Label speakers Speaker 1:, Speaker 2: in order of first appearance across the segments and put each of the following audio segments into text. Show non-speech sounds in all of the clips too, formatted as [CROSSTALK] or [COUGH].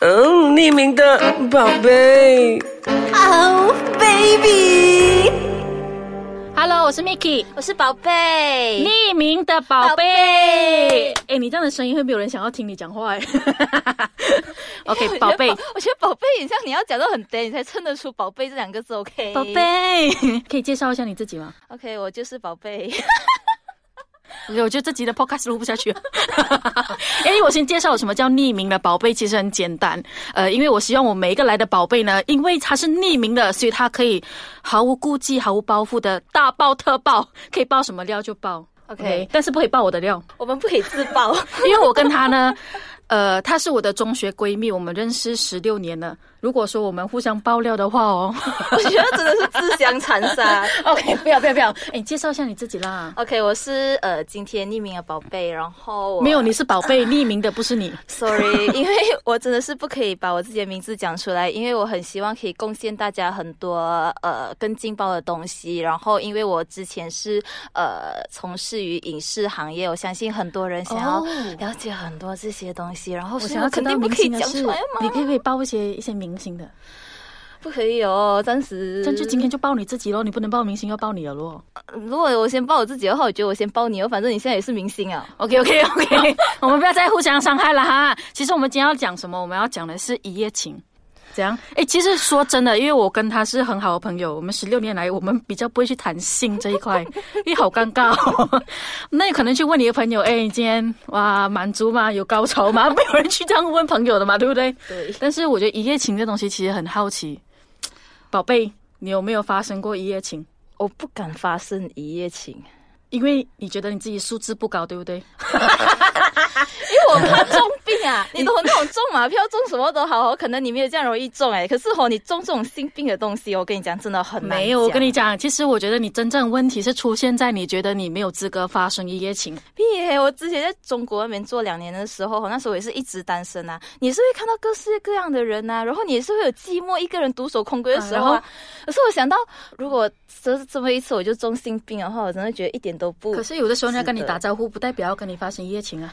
Speaker 1: 哦匿名的宝贝。
Speaker 2: Oh baby，
Speaker 3: Hello，我是 Miki，
Speaker 2: 我是宝贝。
Speaker 3: 匿名的宝
Speaker 2: 宝
Speaker 3: 贝。
Speaker 2: 贝
Speaker 3: 哎、你这样的声音会没有人想要听你讲话哎、OK，宝贝，
Speaker 2: [LAUGHS] 我觉得宝贝很像你要讲到很呆，你才称得出宝贝这两个字。OK，
Speaker 3: 宝。贝，可以介绍一下你自己吗？
Speaker 2: OK，我就是宝贝。 [LAUGHS]
Speaker 3: 我觉得这集的 podcast 录不下 [LAUGHS] 去了。哎、我先介绍我什么叫匿名的宝贝，其实很简单。呃，因为我希望我每一个来的宝贝呢，因为他是匿名的，所以他可以毫无顾忌、毫无包袱的大爆特爆，可以爆什么料就爆。
Speaker 2: OK
Speaker 3: 但是不可以爆我的料，
Speaker 2: 我们不可以自爆。 [LAUGHS]
Speaker 3: [LAUGHS] 因为我跟她呢，呃，她是我的中学闺蜜，我们认识十六年了。如果说我们互相爆料的话哦
Speaker 2: 我觉得真的是自相残杀。
Speaker 3: [LAUGHS] ，OK，不要不要不要，哎、你介绍一下你自己啦。
Speaker 2: OK，我是呃今天匿名的宝贝，然后我
Speaker 3: 没有，你是宝贝，匿名的不是你。
Speaker 2: [LAUGHS] Sorry，因为我真的是不可以把我自己的名字讲出来，因为我很希望可以贡献大家很多呃更劲爆的东西。然后，因为我之前是呃从事于影视行业，我相信很多人想要
Speaker 3: 哦
Speaker 2: 了解很多这些东西。然后，
Speaker 3: [LAUGHS] 我
Speaker 2: 所以
Speaker 3: 想要
Speaker 2: 肯
Speaker 3: 知道
Speaker 2: 定不
Speaker 3: 明
Speaker 2: 可以
Speaker 3: 星的
Speaker 2: 讲
Speaker 3: 是，
Speaker 2: 出来
Speaker 3: 你
Speaker 2: 嘛，
Speaker 3: 可不可以报一些一些明星的？
Speaker 2: 不可以哦，暂时。
Speaker 3: 这样就今天就报你自己咯，你不能报明星，要报你的咯。
Speaker 2: 如果我先报我自己的话，我觉得我先报你哦，反正你现在也是明星啊。
Speaker 3: OK OK OK，我们不要再互相伤害了哈。其实我们今天要讲什么？我们要讲的是一夜情。怎样？哎，其实说真的，因为我跟他是很好的朋友，我们十六年来，我们比较不会去谈性这一块，因为好尴尬、哦。那你可能去问你的朋友，哎，你今天哇满足吗？有高潮吗？没有人去这样问朋友的嘛，对不对？
Speaker 2: 对，
Speaker 3: 但是我觉得一夜情这东西其实很好奇，宝贝，你有没有发生过一夜情？
Speaker 2: 我不敢发生一夜情。
Speaker 3: 因为你觉得你自己素质不高，对不对？
Speaker 2: 我怕重病啊！ [LAUGHS] 你懂那种中马票中什么都好，可能你没有这样容易中哎、可是哦，你中这种性病的东西，我跟你讲，真的很难。
Speaker 3: 没有，我跟你讲，其实我觉得你真正问题是出现在你觉得你没有资格发生一夜情。
Speaker 2: 屁耶、我之前在中国那边做两年的时候，那时候我也是一直单身啊。你是会看到各式各样的人啊呐、然后你也是会有寂寞一个人独守空闺的时候
Speaker 3: 啊
Speaker 2: 啊。
Speaker 3: 然后
Speaker 2: 可是我想到，如果这这么一次我就中性病的话，我真的觉得一点都不
Speaker 3: 可是有的时候人家跟你
Speaker 2: 是的
Speaker 3: 打招呼，不代表要跟你发生一夜情啊。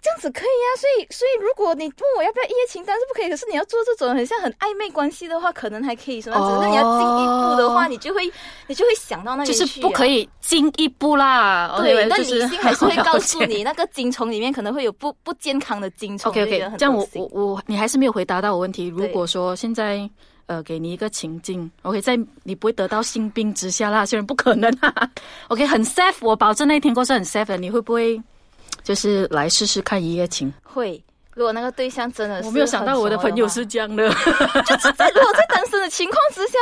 Speaker 2: 这样子可以啊。所以，所以如果你问我要不要一夜情，当然是不可以。可是你要做这种很像很暧昧关系的话，可能还可以什么？
Speaker 3: 哦
Speaker 2: 只是你要进一步的话，你就会你就会想到那里
Speaker 3: 就
Speaker 2: 去、啊
Speaker 3: 是啊不可。以进一步啦。
Speaker 2: 对，
Speaker 3: OK，
Speaker 2: 那
Speaker 3: 就
Speaker 2: 理
Speaker 3: 是
Speaker 2: 性还是
Speaker 3: [LAUGHS]
Speaker 2: 会告诉
Speaker 3: 了解
Speaker 2: 你，那个精虫里面可能会有不不健康的精虫。
Speaker 3: OK
Speaker 2: 就觉得
Speaker 3: OK，
Speaker 2: 很
Speaker 3: 这样我
Speaker 2: 恶心
Speaker 3: 我我你还是没有回答到我问题。如
Speaker 2: 对
Speaker 3: 果说现在呃给你一个情境，OK，在你不会得到性病之下啦，虽然不可能啊。OK，很 [LAUGHS] safe，我保证那一天过是很 safe 的。你会不会就是来试试看一夜情？
Speaker 2: 会，如果那个对象真的是
Speaker 3: 我没有想到我的朋友
Speaker 2: 很熟
Speaker 3: 是这样的。
Speaker 2: 话， [LAUGHS] 在如果在单身的情况之下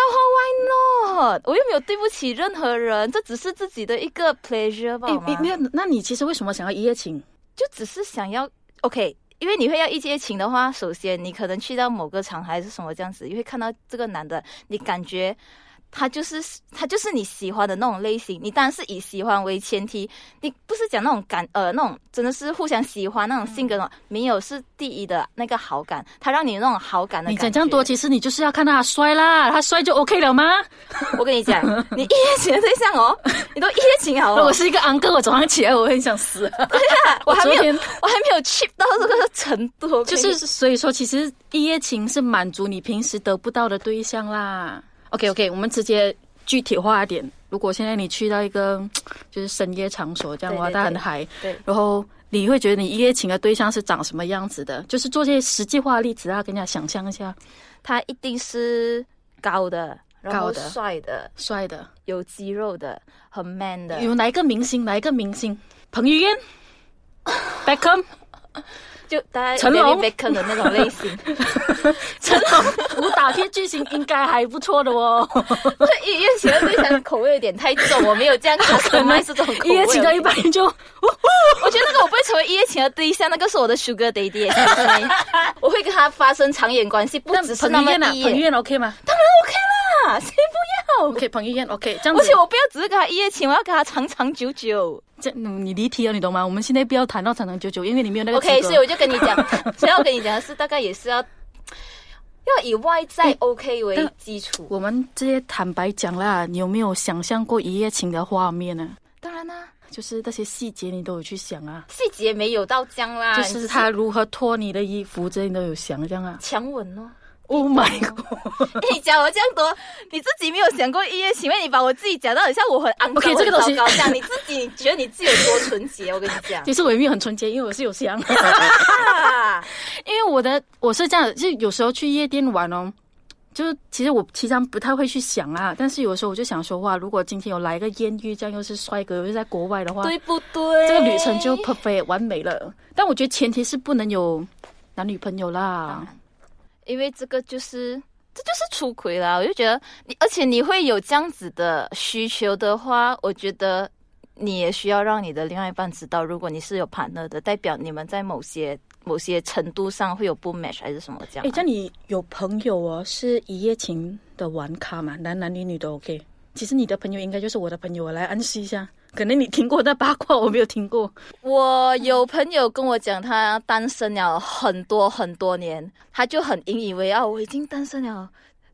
Speaker 2: 的话，Why not？我又没有对不起任何人，这只是自己的一个 pleasure 吧。
Speaker 3: 诶
Speaker 2: 好吗
Speaker 3: 诶没有，那你其实为什么想要一夜情？
Speaker 2: 就只是想要 OK，因为你会要一夜情的话，首先你可能去到某个场合还是什么这样子，你会看到这个男的，你感觉他就是他就是你喜欢的那种类型，你当然是以喜欢为前提，你不是讲那种感呃那种真的是互相喜欢那种性
Speaker 3: 嗯
Speaker 2: 格的，没有是第一的那个好感，他让你有那种好感的
Speaker 3: 你
Speaker 2: 感觉。
Speaker 3: 讲这样多，其实你就是要看他帅啦，他帅就 OK 了吗？
Speaker 2: 我跟你讲， [LAUGHS] 你一夜情的对象
Speaker 3: [LAUGHS]
Speaker 2: 哦，你都一夜情好
Speaker 3: 如果
Speaker 2: 了，
Speaker 3: 是一个昂哥，我早上起来我很想死。
Speaker 2: 哦我还没
Speaker 3: 昨
Speaker 2: 有
Speaker 3: 天
Speaker 2: [LAUGHS] 我还没有 cheap 到这个程度，我跟
Speaker 3: 就
Speaker 2: 你
Speaker 3: 是所以说，其实一夜情是满足你平时得不到的对象啦。OK OK，我们直接具体化一点。如果现在你去到一个就是深夜场所这样的话，
Speaker 2: 对对对
Speaker 3: 大家很嗨，
Speaker 2: 对
Speaker 3: 然后你会觉得你一夜情的对象是长什么样子的？就是做些实际化的例子啊，给大家想象一下，
Speaker 2: 他一定是高的，然
Speaker 3: 高
Speaker 2: 后
Speaker 3: 的
Speaker 2: 帅的，
Speaker 3: 帅的，
Speaker 2: 有肌肉的，很 man 的，
Speaker 3: 有哪一个明星？哪一个明星？彭于晏、Beckham、
Speaker 2: 就大概
Speaker 3: 成龙
Speaker 2: b e c k 的那种类型。
Speaker 3: 成龙，武打片巨星应该还不错的 [LAUGHS] 哦。
Speaker 2: 对，一夜情的对象口味有点太重，我没有这样可能是这种口味。
Speaker 3: 一夜情到一半就。
Speaker 2: 我觉得那个我不会成为一夜情的对象，那个是我的 sugar daddy，excuse me 我会跟他发生长远关系，不
Speaker 3: [LAUGHS] 那
Speaker 2: 只是那
Speaker 3: 彭于
Speaker 2: 么
Speaker 3: 晏啊，
Speaker 2: 一
Speaker 3: 彭于
Speaker 2: 夜。
Speaker 3: 晏 OK 吗
Speaker 2: 啊谁不要？
Speaker 3: [LAUGHS] ？OK，彭于晏 OK，这样
Speaker 2: [LAUGHS] 而
Speaker 3: 子
Speaker 2: 且。我不要只是跟他一夜情，我要跟他长长久久。
Speaker 3: 这嗯你离题了，你懂吗？我们现在不要谈到长长久久，因为你没有那个
Speaker 2: OK，
Speaker 3: 资
Speaker 2: 所以
Speaker 3: 格。
Speaker 2: 我就跟你
Speaker 3: [LAUGHS]
Speaker 2: 讲，所以我跟你讲的是，大概也是要要以外在 OK 为基础。
Speaker 3: 我们直接坦白讲啦，你有没有想象过一夜情的画面呢？
Speaker 2: 当然啦、
Speaker 3: 就是那些细节你都有去想啊，
Speaker 2: 细节没有到这样啦，
Speaker 3: 就是他如何脱你的衣服，这些你都有想这样啊。
Speaker 2: 强吻哦。
Speaker 3: Oh my god！
Speaker 2: [LAUGHS]
Speaker 3: [LAUGHS]
Speaker 2: 诶你讲我这样多，你自己没有想过一夜情，因为你把我自己讲到很像我很肮脏、
Speaker 3: OK，这个东西
Speaker 2: 很糟糕这样，你自己觉得你自己有多纯洁？我跟你
Speaker 3: [LAUGHS]
Speaker 2: 讲，
Speaker 3: 其实我也没有很纯洁，因为我是有想，
Speaker 2: 啊
Speaker 3: 因为我的我是这样的，就有时候去夜店玩哦，就是其实我平常不太会去想啊，但是有时候我就想说，哇，如果今天有来一个艳遇，这样又是帅哥，又是在国外的话，
Speaker 2: 对不对？
Speaker 3: 这个旅程就 perfect 完美了。但我觉得前提是不能有男女朋友啦。
Speaker 2: 因为这个就是这就是出轨啦。我就觉得你，而且你会有这样子的需求的话，我觉得你也需要让你的另外一半知道，如果你是有 partner 的，代表你们在某些某些程度上会有不 match 还是什么这样、啊
Speaker 3: 诶，像哎你有朋友哦，是一夜情的玩咖嘛？男男女女都 OK。其实你的朋友应该就是我的朋友，我来暗示一下。可能你听过那八卦，我没有听过。
Speaker 2: 我有朋友跟我讲，他单身了很多很多年，他就很引以为傲，我已经单身了。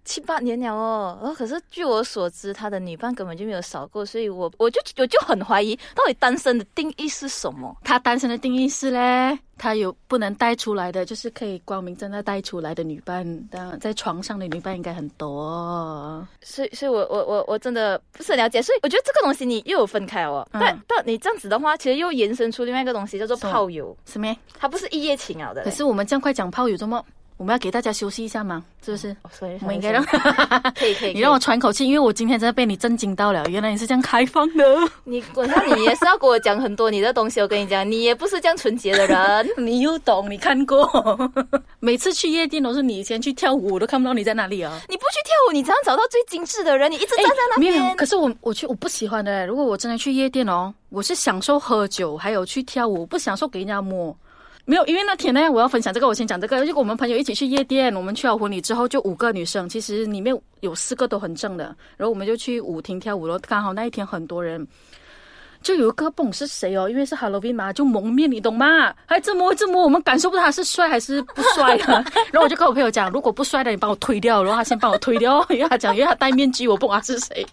Speaker 2: 七八年了哦，然后可是据我所知，他的女伴根本就没有少过，所以我我就我就很怀疑，到底单身的定义是什么？
Speaker 3: 他单身的定义是嘞，他有不能带出来的，就是可以光明正大带出来的女伴，当然在床上的女伴应该很多哦。
Speaker 2: 所以，所以我我我我真的不是很了解，所以我觉得这个东西你又有分开哦，
Speaker 3: 嗯
Speaker 2: 但但你这样子的话，其实又延伸出另外一个东西叫做
Speaker 3: 什么
Speaker 2: 炮友，
Speaker 3: 什么？
Speaker 2: 它不是一夜情啊的嘞。
Speaker 3: 可是我们这样快讲炮友，周末我们要给大家休息一下嘛，是不是？
Speaker 2: 哦，所以
Speaker 3: 我们应该让
Speaker 2: [LAUGHS]
Speaker 3: [LAUGHS]
Speaker 2: 可以可以，
Speaker 3: 你让我喘口气，因为我今天真的被你震惊到了，原来你是这样开放的。
Speaker 2: 你滚蛋！你也是要跟我讲很多你的东西，我跟你讲，你也不是这样纯洁的 [LAUGHS] 人。
Speaker 3: [LAUGHS] 你又懂，你看过。 [LAUGHS] 每次去夜店都是你先去跳舞，我都看不到你在哪里啊。
Speaker 2: 你不去跳舞，你怎样找到最精致的人？你一直站在那
Speaker 3: 没有
Speaker 2: 边。
Speaker 3: 哎没有，可是我我去我不喜欢的欸。如果我真的去夜店哦，我是享受喝酒，还有去跳舞，不享受给人家摸。没有，因为那天呢，我要分享这个，我先讲这个。就我们朋友一起去夜店，我们去了婚礼之后，就五个女生，其实里面有四个都很正的。然后我们就去舞厅跳舞了，刚好那一天很多人，就有一个蹦是谁哦，因为是 Halloween 嘛，就蒙面，你懂吗？还这么这么，我们感受不到他是帅还是不帅的。 [LAUGHS] 然后我就跟我朋友讲，如果不帅的，你帮我推掉。然后他先帮我推掉，因为他讲，因为他戴面具，我不管他是谁。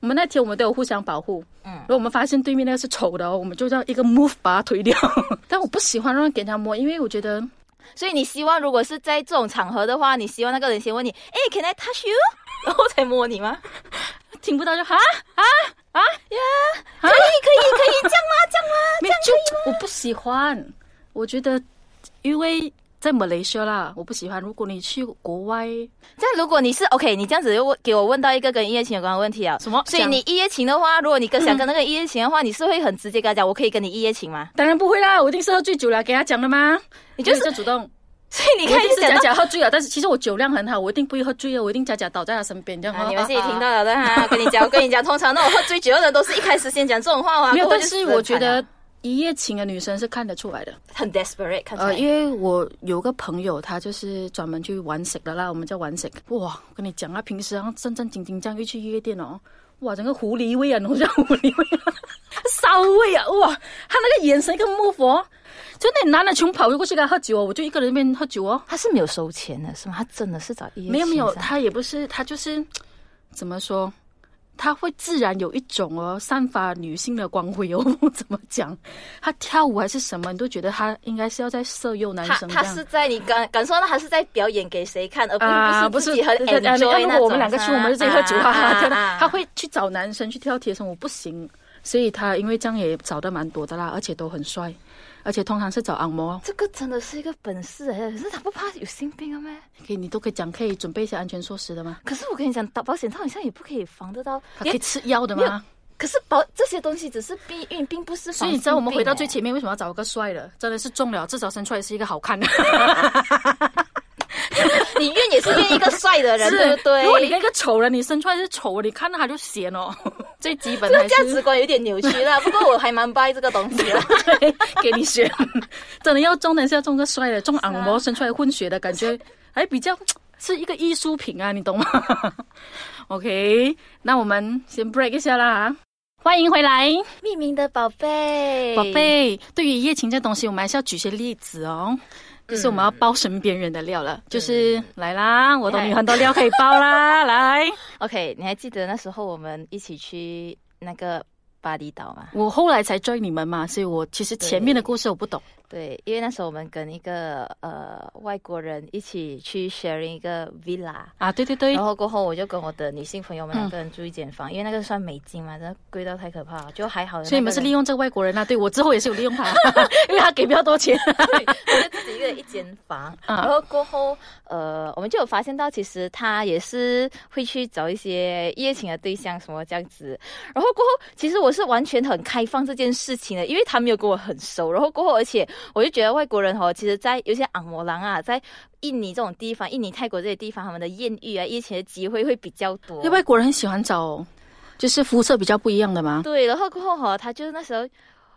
Speaker 3: 我们那天我们都有互相保护，嗯，然后我们发现对面那个是丑的哦，我们就叫一个 move 把他推掉。 [LAUGHS] 但我不喜欢让给人家摸，因为我觉得
Speaker 2: 所以你希望，如果是在这种场合的话，你希望那个人先问你，哎、c a n I touch you？然 [LAUGHS] 后才摸你吗？
Speaker 3: 听不到就哈，
Speaker 2: 可以，可以，可以这样啊吗？这样吗？
Speaker 3: 没有就我不喜欢。我觉得，因为在马来西亚啦，我不喜欢。如果你去国外，
Speaker 2: [LAUGHS] 这样，如果你是 OK，你这样子又问给我问到一个跟一夜情有关的问题啊。
Speaker 3: 什么
Speaker 2: 所以你一夜情的话，如果你跟想跟那个一夜情的话，你是会很直接跟他讲，我可以跟你一夜情吗？
Speaker 3: 当然不会啦，我一定是喝醉酒了给他讲的嘛。
Speaker 2: 你就是
Speaker 3: 没有这主动，
Speaker 2: [LAUGHS] 所以你
Speaker 3: 你
Speaker 2: 看，
Speaker 3: 一定是
Speaker 2: 讲
Speaker 3: 假
Speaker 2: 到
Speaker 3: 假喝醉了，啊但是其实我酒量很好，我一定不会喝醉啊的，我一定假假倒在他身边这
Speaker 2: [LAUGHS]
Speaker 3: 样。
Speaker 2: 啊，你们
Speaker 3: 啊
Speaker 2: 自己听。
Speaker 3: 啊
Speaker 2: 到了的哈。跟你讲，我跟你讲，通常那种喝醉酒的人都是一开始先讲这种话啊。
Speaker 3: 没有，
Speaker 2: 过后
Speaker 3: 但
Speaker 2: 就死
Speaker 3: 是
Speaker 2: 得
Speaker 3: 我
Speaker 2: 很
Speaker 3: 觉
Speaker 2: 惨啊
Speaker 3: 得一夜情的女生是看得出来的。
Speaker 2: 很 desperate，看起来。
Speaker 3: 呃，因为我有个朋友，他就是专门去玩色的啦，我们叫玩色。哇，我跟你讲啊，平时啊正正经经这样一去夜店哦，哇，整个狐狸味啊，你懂叫狐狸味啊， [LAUGHS] 骚味啊，哇，他那个眼神跟木佛，就那男的穷啊跑过去跟他喝酒哦，我就一个人在那边喝酒哦。
Speaker 2: 他是没有收钱的，是吗？他真的是找一夜
Speaker 3: 没有没有，
Speaker 2: 情噻
Speaker 3: 他也不是，他就是怎么说，他会自然有一种哦，散发女性的光辉哦， [LAUGHS] 怎么讲？他跳舞还是什么，你都觉得他应该是要在色诱男
Speaker 2: 他
Speaker 3: 生这
Speaker 2: 他
Speaker 3: 样。
Speaker 2: 是在你感感受到他是在表演给谁看，而
Speaker 3: 啊，
Speaker 2: 不
Speaker 3: 不
Speaker 2: 是
Speaker 3: 是
Speaker 2: 自己很
Speaker 3: 对对对
Speaker 2: enjoy 那
Speaker 3: 如果
Speaker 2: 种啊
Speaker 3: 我们两个去，
Speaker 2: 噻
Speaker 3: 我们就自己喝酒
Speaker 2: 啊
Speaker 3: 哈哈。跳的他会去找男生去跳贴身，我不行，所以他因为这样也找的蛮多的啦，而且都很帅，而且通常是找按摩。
Speaker 2: 这个真的是一个本事哎，可是他不怕有性病啊咩？
Speaker 3: 可以，你都可以讲，可以准备一些安全措施的吗？
Speaker 2: 可是我跟你讲，打保险套好像也不可以防得到，
Speaker 3: 他可
Speaker 2: 连
Speaker 3: 以吃药的
Speaker 2: 没有
Speaker 3: 吗？
Speaker 2: 可是保这些东西只是避孕，并不是防
Speaker 3: 所以你知道我们
Speaker 2: 性病
Speaker 3: 回到最
Speaker 2: 哎
Speaker 3: 前面，为什么要找一个帅的？真的是中了，至少生出来是一个好 [LAUGHS] 看的。
Speaker 2: [LAUGHS] 你愿也是愿一个帅的人，对不对？
Speaker 3: 如果你跟一个丑人，你生出来是丑人，你看到他就嫌哦。 [LAUGHS] 最基本
Speaker 2: 这个
Speaker 3: 的
Speaker 2: 价值观有点扭曲
Speaker 3: [LAUGHS]
Speaker 2: 啦，不过我还蛮 buy 这个东西的。
Speaker 3: 对，给你 [LAUGHS] 选，真的要中的是要中个帅的，中昂模生出来混血的感觉，还比较是一个艺术品啊，你懂吗 [LAUGHS] ？OK，那我们先 break 一下啦啊。欢迎回来，
Speaker 2: 匿名的宝贝，
Speaker 3: 宝。贝。对于一夜情这东西，我们还是要举些例子哦。就是我们要爆身边人的料了，就是来啦，我懂你很多料 [LAUGHS] 可以爆啦，来。
Speaker 2: OK，你还记得那时候我们一起去那个巴厘岛嘛。
Speaker 3: 我后来才追你们嘛，所以我其实前面的故事我不懂。
Speaker 2: 对，因为那时候我们跟一个呃外国人一起去 sharing 一个 villa，
Speaker 3: 啊，对对嗯对
Speaker 2: 然，后过后我就跟我的女性朋友们两个人住一间房，因为那个算美金嘛，真的贵到太可怕了，就还好。
Speaker 3: 所以你们是利用这个外国人啊？对我之后也是有利 [LAUGHS] 用他，因为他给比较多钱。
Speaker 2: 我就自己一个人一间房，
Speaker 3: 嗯
Speaker 2: 然后过后，呃，我们就有发现到，其实他也是会去找一些一夜情的对象什么这样子。然后过后，其实我是完全很开放这件事情的，因为他没有跟我很熟。然后过后，而且我就觉得外国人哦，其实在有些昂摩狼啊，在印尼这种地方，印尼、泰国这些地方，他们的艳遇啊、一夜情的机会会比较多
Speaker 3: [LAUGHS] 因为。外国人很喜欢找、就是肤色比较不一样的嘛。
Speaker 2: 对，然后过后哈，他就是那时候，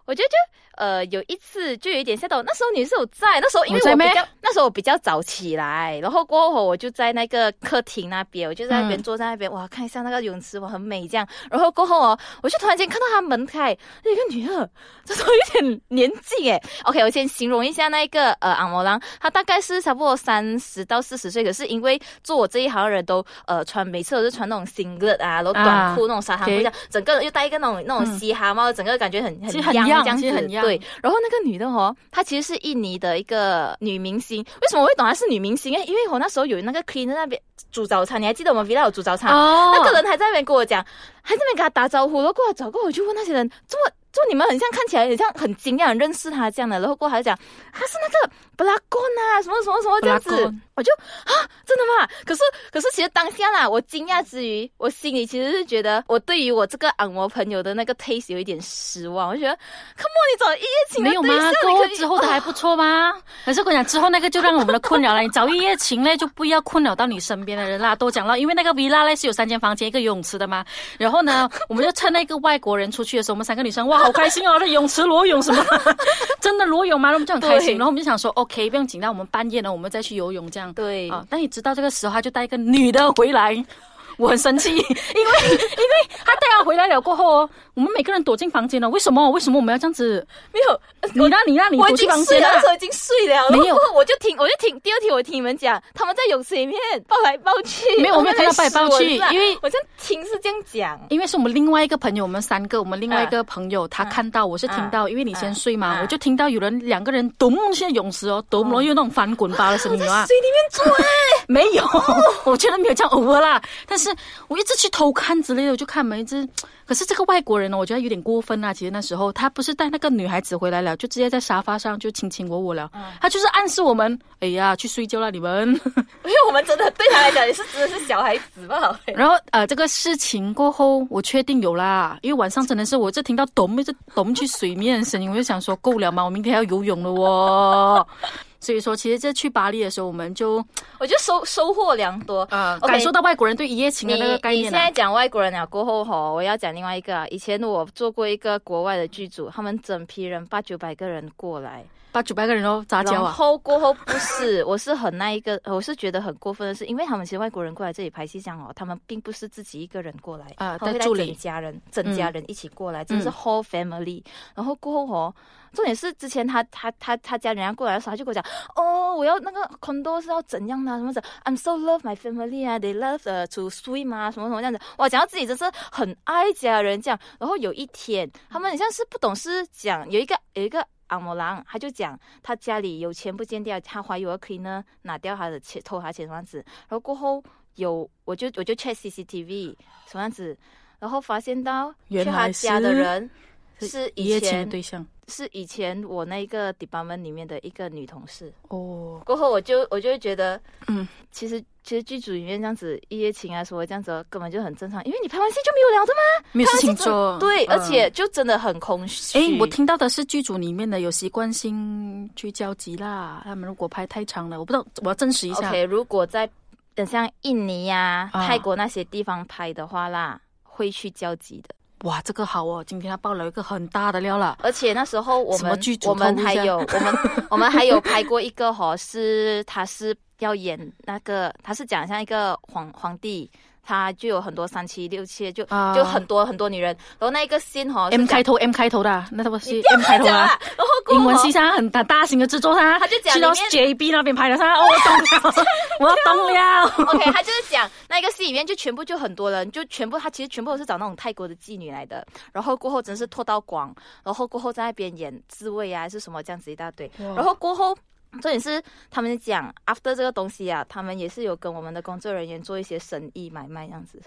Speaker 2: 我觉得就呃有一次就有一点吓到我，那时候你是有在，那时候因为
Speaker 3: 我在
Speaker 2: 我
Speaker 3: 咩
Speaker 2: 比较那时候我比较早起来，然后过后我就在那个客厅那边，我就在那边
Speaker 3: 嗯
Speaker 2: 坐在那边，哇，看一下那个泳池，哇，很美这样。然后过后哦，我就突然间看到他门开，有一个女的，这时候有点年纪诶。OK，我先 [LAUGHS] 形容一下那个呃阿摩郎，他大概是差不多三十到四十岁，可是因为做我这一行的人都呃穿，每次都是穿那种 singlet 啊，然后短裤
Speaker 3: 啊
Speaker 2: 那种沙滩裤
Speaker 3: OK
Speaker 2: 这样，整个人又戴一个那种那种
Speaker 3: 嗯
Speaker 2: 嘻哈帽，整个感觉很
Speaker 3: 其实
Speaker 2: 很
Speaker 3: 很
Speaker 2: young
Speaker 3: young，
Speaker 2: 这样
Speaker 3: 其实
Speaker 2: 子
Speaker 3: 很 young
Speaker 2: 对，然后那个女的哦，她其实是印尼的一个女明星。为什么我会懂她是女明星？因为哦我那时候有那个 cleaner 那边煮早餐，你还记得我们 villa 有煮早餐？
Speaker 3: 哦
Speaker 2: 那个人还在那边跟我讲，还在那边跟他打招呼，然后过来找过，我就问那些人，怎么怎么你们很像看起来很像很惊讶，很认识他这样的，然后过来还讲他是那个布拉贡啊，什么什么什么这样子
Speaker 3: Pelakon，
Speaker 2: 我就啊，真的吗？可是可是其实当下啦，我惊讶之余，我心里其实是觉得我对于我这个按摩朋友的那个 taste 有一点失望，我就觉得，come on，你找一夜情的
Speaker 3: 没有
Speaker 2: 对象，
Speaker 3: 吗？
Speaker 2: 你
Speaker 3: 过
Speaker 2: 可以哦
Speaker 3: 之后的还不错吗？可是我跟你讲，之后那个就让我们的困扰了。你找一夜情嘞，就不要困扰到你身边的人啦。都讲了，因为那个 villa 嘞是有三间房间，一个游泳池的嘛。然后
Speaker 2: [LAUGHS]
Speaker 3: 呢，我们就趁那个外国人出去的时候，我们三个女生哇，好开心哦，那泳池裸泳什么，真的裸泳吗？然后我们就很开心。
Speaker 2: 对
Speaker 3: 然后我们就想说，OK，不用紧张，我们半夜呢，我们再去游泳这样。
Speaker 2: 对
Speaker 3: 啊，但你知道这个时候他就带一个女的回来。我很生气，因 [LAUGHS] 为因为他带她回来了过后哦，我们每个人躲进房间了。为什么？为什么我们要这样子？
Speaker 2: 没有，呃
Speaker 3: 你让你让你
Speaker 2: 我已
Speaker 3: 躲去
Speaker 2: 经
Speaker 3: 房
Speaker 2: 睡
Speaker 3: 间 [LAUGHS]
Speaker 2: 了，那
Speaker 3: 啊
Speaker 2: 时！候已经睡了，
Speaker 3: 没有
Speaker 2: 然后我就听，我就听第二天我听你们讲，他们在泳池里面抱来抱去，
Speaker 3: [LAUGHS] 没有我没有看到抱来抱去
Speaker 2: 我在那边啊
Speaker 3: 因为
Speaker 2: 我这样听是这样讲，
Speaker 3: 因为是我们另外一个朋友，我们三个，我们另外一个朋友，他看到我是听到，因为你先睡嘛，
Speaker 2: 嗯
Speaker 3: 我就听到有人两个人咚现在泳池哦，咚了又那种翻滚吧的声音啊，
Speaker 2: 水里面做爱，
Speaker 3: 没有， [LAUGHS] 我觉得没有这样 over 啦。但是我一直去偷看之类的，我就看门一直。可是这个外国人呢，我觉得有点过分啊。其实那时候他不是带那个女孩子回来了，就直接在沙发上就卿卿我我了，他就是暗示我们，哎呀，去睡觉啦你们。
Speaker 2: 因为我们真的对他来讲也是真的是小孩子
Speaker 3: [LAUGHS]
Speaker 2: 吧。
Speaker 3: 然后呃，这个事情过后，我确定有啦，因为晚上真的是我就听到咚，就咚去水面的声音，我就想说够了嘛，我明天要游泳了哦。 [LAUGHS] 所以说，其实这去巴黎的时候，我们就
Speaker 2: 我就收收获良多，
Speaker 3: 呃
Speaker 2: OK，
Speaker 3: 感受到外国人对一夜情
Speaker 2: 你
Speaker 3: 的那个概
Speaker 2: 啊你
Speaker 3: 念啊
Speaker 2: 现
Speaker 3: 了、
Speaker 2: 在讲外国人了过后吼，我要讲另外一个啊。以前我做过一个国外的剧组，他们整批人八九百个人过来，
Speaker 3: 把九百个人都杂交
Speaker 2: 然
Speaker 3: 啊。
Speaker 2: 后过后不是， [LAUGHS] 我是很那一个，我是觉得很过分的是，因为他们其实外国人过来这里拍戏这样哦，他们并不是自己一个人过来，
Speaker 3: 啊
Speaker 2: 他们会
Speaker 3: 带
Speaker 2: 带
Speaker 3: 助理
Speaker 2: 整家人、整家人一起过来，真的是
Speaker 3: 嗯
Speaker 2: whole family。然后过后哦，重点是之前他他他他家人要过来的时候，他就跟我讲，哦，我要那个 condo 是要怎样的啊什么的，I'm so love my family 啊，they love the to swim 啊，什么什么这样子，哇，讲到自己真是很爱家人这样。然后有一天，他们好像是不懂事讲，有一个有一个。阿摩郎，他就讲他家里有钱不见掉，他怀疑我 cleaner 拿掉他的钱，偷他钱这样子。然后过后有，我就我就 check CCTV 什么样子，然后发现到去
Speaker 3: 原
Speaker 2: 他
Speaker 3: 来
Speaker 2: 家的
Speaker 3: 是
Speaker 2: 人是
Speaker 3: 一
Speaker 2: 以
Speaker 3: 夜情的
Speaker 2: 前
Speaker 3: 对象
Speaker 2: 是以前我那个 department 里面的一个女同事。
Speaker 3: 哦，
Speaker 2: 过后我就我就会觉得，
Speaker 3: 嗯，
Speaker 2: 其实其实剧组里面这样子一夜情啊什么这样子哦根本就很正常，因为你拍完戏就没有聊的嘛，
Speaker 3: 没有
Speaker 2: 拍
Speaker 3: 事
Speaker 2: 完戏
Speaker 3: 情
Speaker 2: 真的
Speaker 3: 做。
Speaker 2: 对，
Speaker 3: 嗯
Speaker 2: 而且就真的很空虚。
Speaker 3: 诶，我听到的是剧组里面的有习惯性去交集啦。他们如果拍太长了，我不知道，我要证实一下。
Speaker 2: OK，如果在呃像印尼呀、
Speaker 3: 啊
Speaker 2: 泰国那些地方拍的话啦，会去交集的。
Speaker 3: 哇，这个好哦，今天他爆了一个很大的料啦。
Speaker 2: 而且那时候我
Speaker 3: 什么
Speaker 2: 们
Speaker 3: 剧组
Speaker 2: 我们
Speaker 3: 透露一
Speaker 2: 还
Speaker 3: 下
Speaker 2: 有我们我们还有拍过一个哈、是他是要演那个他是讲像一个皇皇帝。她就有很多三妻六妾，就、
Speaker 3: 啊
Speaker 2: 就很多很多女人。然后那一个信哈、
Speaker 3: M 开
Speaker 2: 头
Speaker 3: 头 M 开头的啊，那他不是 M 开头
Speaker 2: [LAUGHS] 讲
Speaker 3: 啊
Speaker 2: 啦，，然后过后
Speaker 3: 英文系上很大大型的制作他，
Speaker 2: 他就讲
Speaker 3: 去到
Speaker 2: 里面
Speaker 3: JB 那边拍的他，哦，我
Speaker 2: [LAUGHS]
Speaker 3: 懂了，我懂了。
Speaker 2: OK，他就是讲那个戏里面就全部就很多人，就全部他其实全部都是找那种泰国的妓女来的，然后过后真是脱到光，然后过后在那边演自慰啊，还是什么这样子一大堆，
Speaker 3: 哇
Speaker 2: 然后过后。重点是他们讲 after 这个东西啊，他们也是有跟我们的工作人员做一些生意买卖这样子。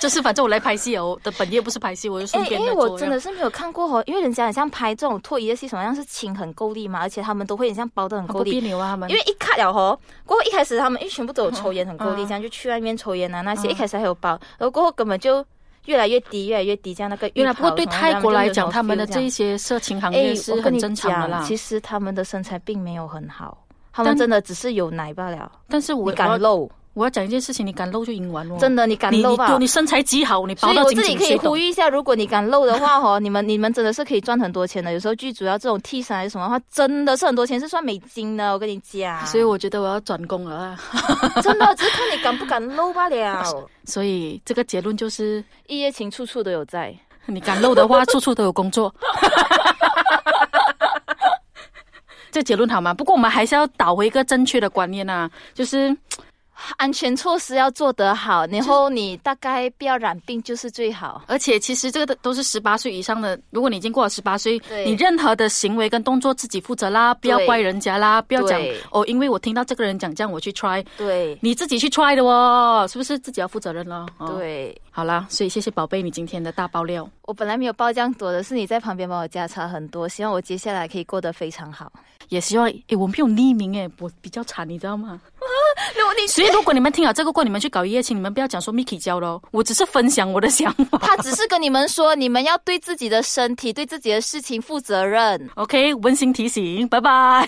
Speaker 3: 就是反正我来拍戏哦，我的本业不是拍戏，我就顺
Speaker 2: 哎，
Speaker 3: 便
Speaker 2: 因为
Speaker 3: 来
Speaker 2: 我
Speaker 3: 做
Speaker 2: 真的是没有看过哦，因为人家很像拍这种脱衣的戏，什么样是亲很够力嘛，而且他们都会很像包的很
Speaker 3: 很
Speaker 2: 够
Speaker 3: 不
Speaker 2: 力
Speaker 3: 别，扭啊，他们
Speaker 2: 因为一看了吼，过后一开始他们因为全部都有抽烟，很够力，
Speaker 3: 嗯
Speaker 2: 这样就去外面抽烟啊那些。
Speaker 3: 嗯
Speaker 2: 一开始还有包，然后过后根本就越来越低，越来越低，这样那个浴
Speaker 3: 原来不过
Speaker 2: 袍
Speaker 3: 对
Speaker 2: 什么
Speaker 3: 泰国来
Speaker 2: 这
Speaker 3: 讲，
Speaker 2: 样
Speaker 3: 他们的这一
Speaker 2: 样
Speaker 3: 些色情行
Speaker 2: 就没有
Speaker 3: 业
Speaker 2: 什么 feel 这样哎，
Speaker 3: 是
Speaker 2: 我跟
Speaker 3: 很
Speaker 2: 你
Speaker 3: 正常的
Speaker 2: 讲
Speaker 3: 啦
Speaker 2: 其。实他们的身材并没有很好，他们
Speaker 3: 但
Speaker 2: 真的只是有奶罢了。
Speaker 3: 但是我
Speaker 2: 你
Speaker 3: 我要
Speaker 2: 敢露，
Speaker 3: 我要讲一件事情，你敢露就赢完哦。
Speaker 2: 真的你敢
Speaker 3: 你
Speaker 2: 露
Speaker 3: 你
Speaker 2: 吧
Speaker 3: 你？身材极好，你
Speaker 2: 所
Speaker 3: 包
Speaker 2: 以
Speaker 3: 到
Speaker 2: 我
Speaker 3: 紧
Speaker 2: 这里
Speaker 3: 紧
Speaker 2: 可以
Speaker 3: 谁
Speaker 2: 呼
Speaker 3: 懂？
Speaker 2: 吁一下，如果你敢露的话， [LAUGHS] 哦，你们你们真的是可以赚很多钱的。有时候剧组要这种替身还是什么的话，真的是很多钱，是算美金的。我跟你讲，
Speaker 3: [LAUGHS] 所以我觉得我要转工了啊。
Speaker 2: 真的只是看你敢不敢露罢
Speaker 3: [LAUGHS]
Speaker 2: 了。
Speaker 3: 所以这个结论就是，
Speaker 2: 一夜情处处都有在。
Speaker 3: [LAUGHS] 你敢露的话，处处都有工作。 [LAUGHS] 这结论好吗？不过我们还是要导回一个正确的观念啊，就是
Speaker 2: 安全措施要做得好，然后你大概不要染病就是最好。
Speaker 3: 而且其实这个都都是十八岁以上的，如果你已经过了十八岁，
Speaker 2: 对
Speaker 3: 你任何的行为跟动作自己负责啦，不要怪人家啦，不要讲
Speaker 2: 对
Speaker 3: 哦，因为我听到这个人讲这样，我去 try，
Speaker 2: 对
Speaker 3: 你自己去 try 的哦，是不是自己要负责任了？哦，
Speaker 2: 对，
Speaker 3: 好啦，所以谢谢宝贝你今天的大爆料。
Speaker 2: 我本来没有报这样多的，是你在旁边帮我加差很多，希望我接下来可以过得非常好。
Speaker 3: 也希望诶，我没有匿名诶，我比较惨，你知道吗？
Speaker 2: 如果你
Speaker 3: 所以如果你们听了这个过，你们去搞一夜情，你们不要讲说 Miki 教的哦，我只是分享我的想法。
Speaker 2: [LAUGHS] 他只是跟你们说，你们要对自己的身体、对自己的事情负责任。
Speaker 3: OK，温馨提醒，拜拜。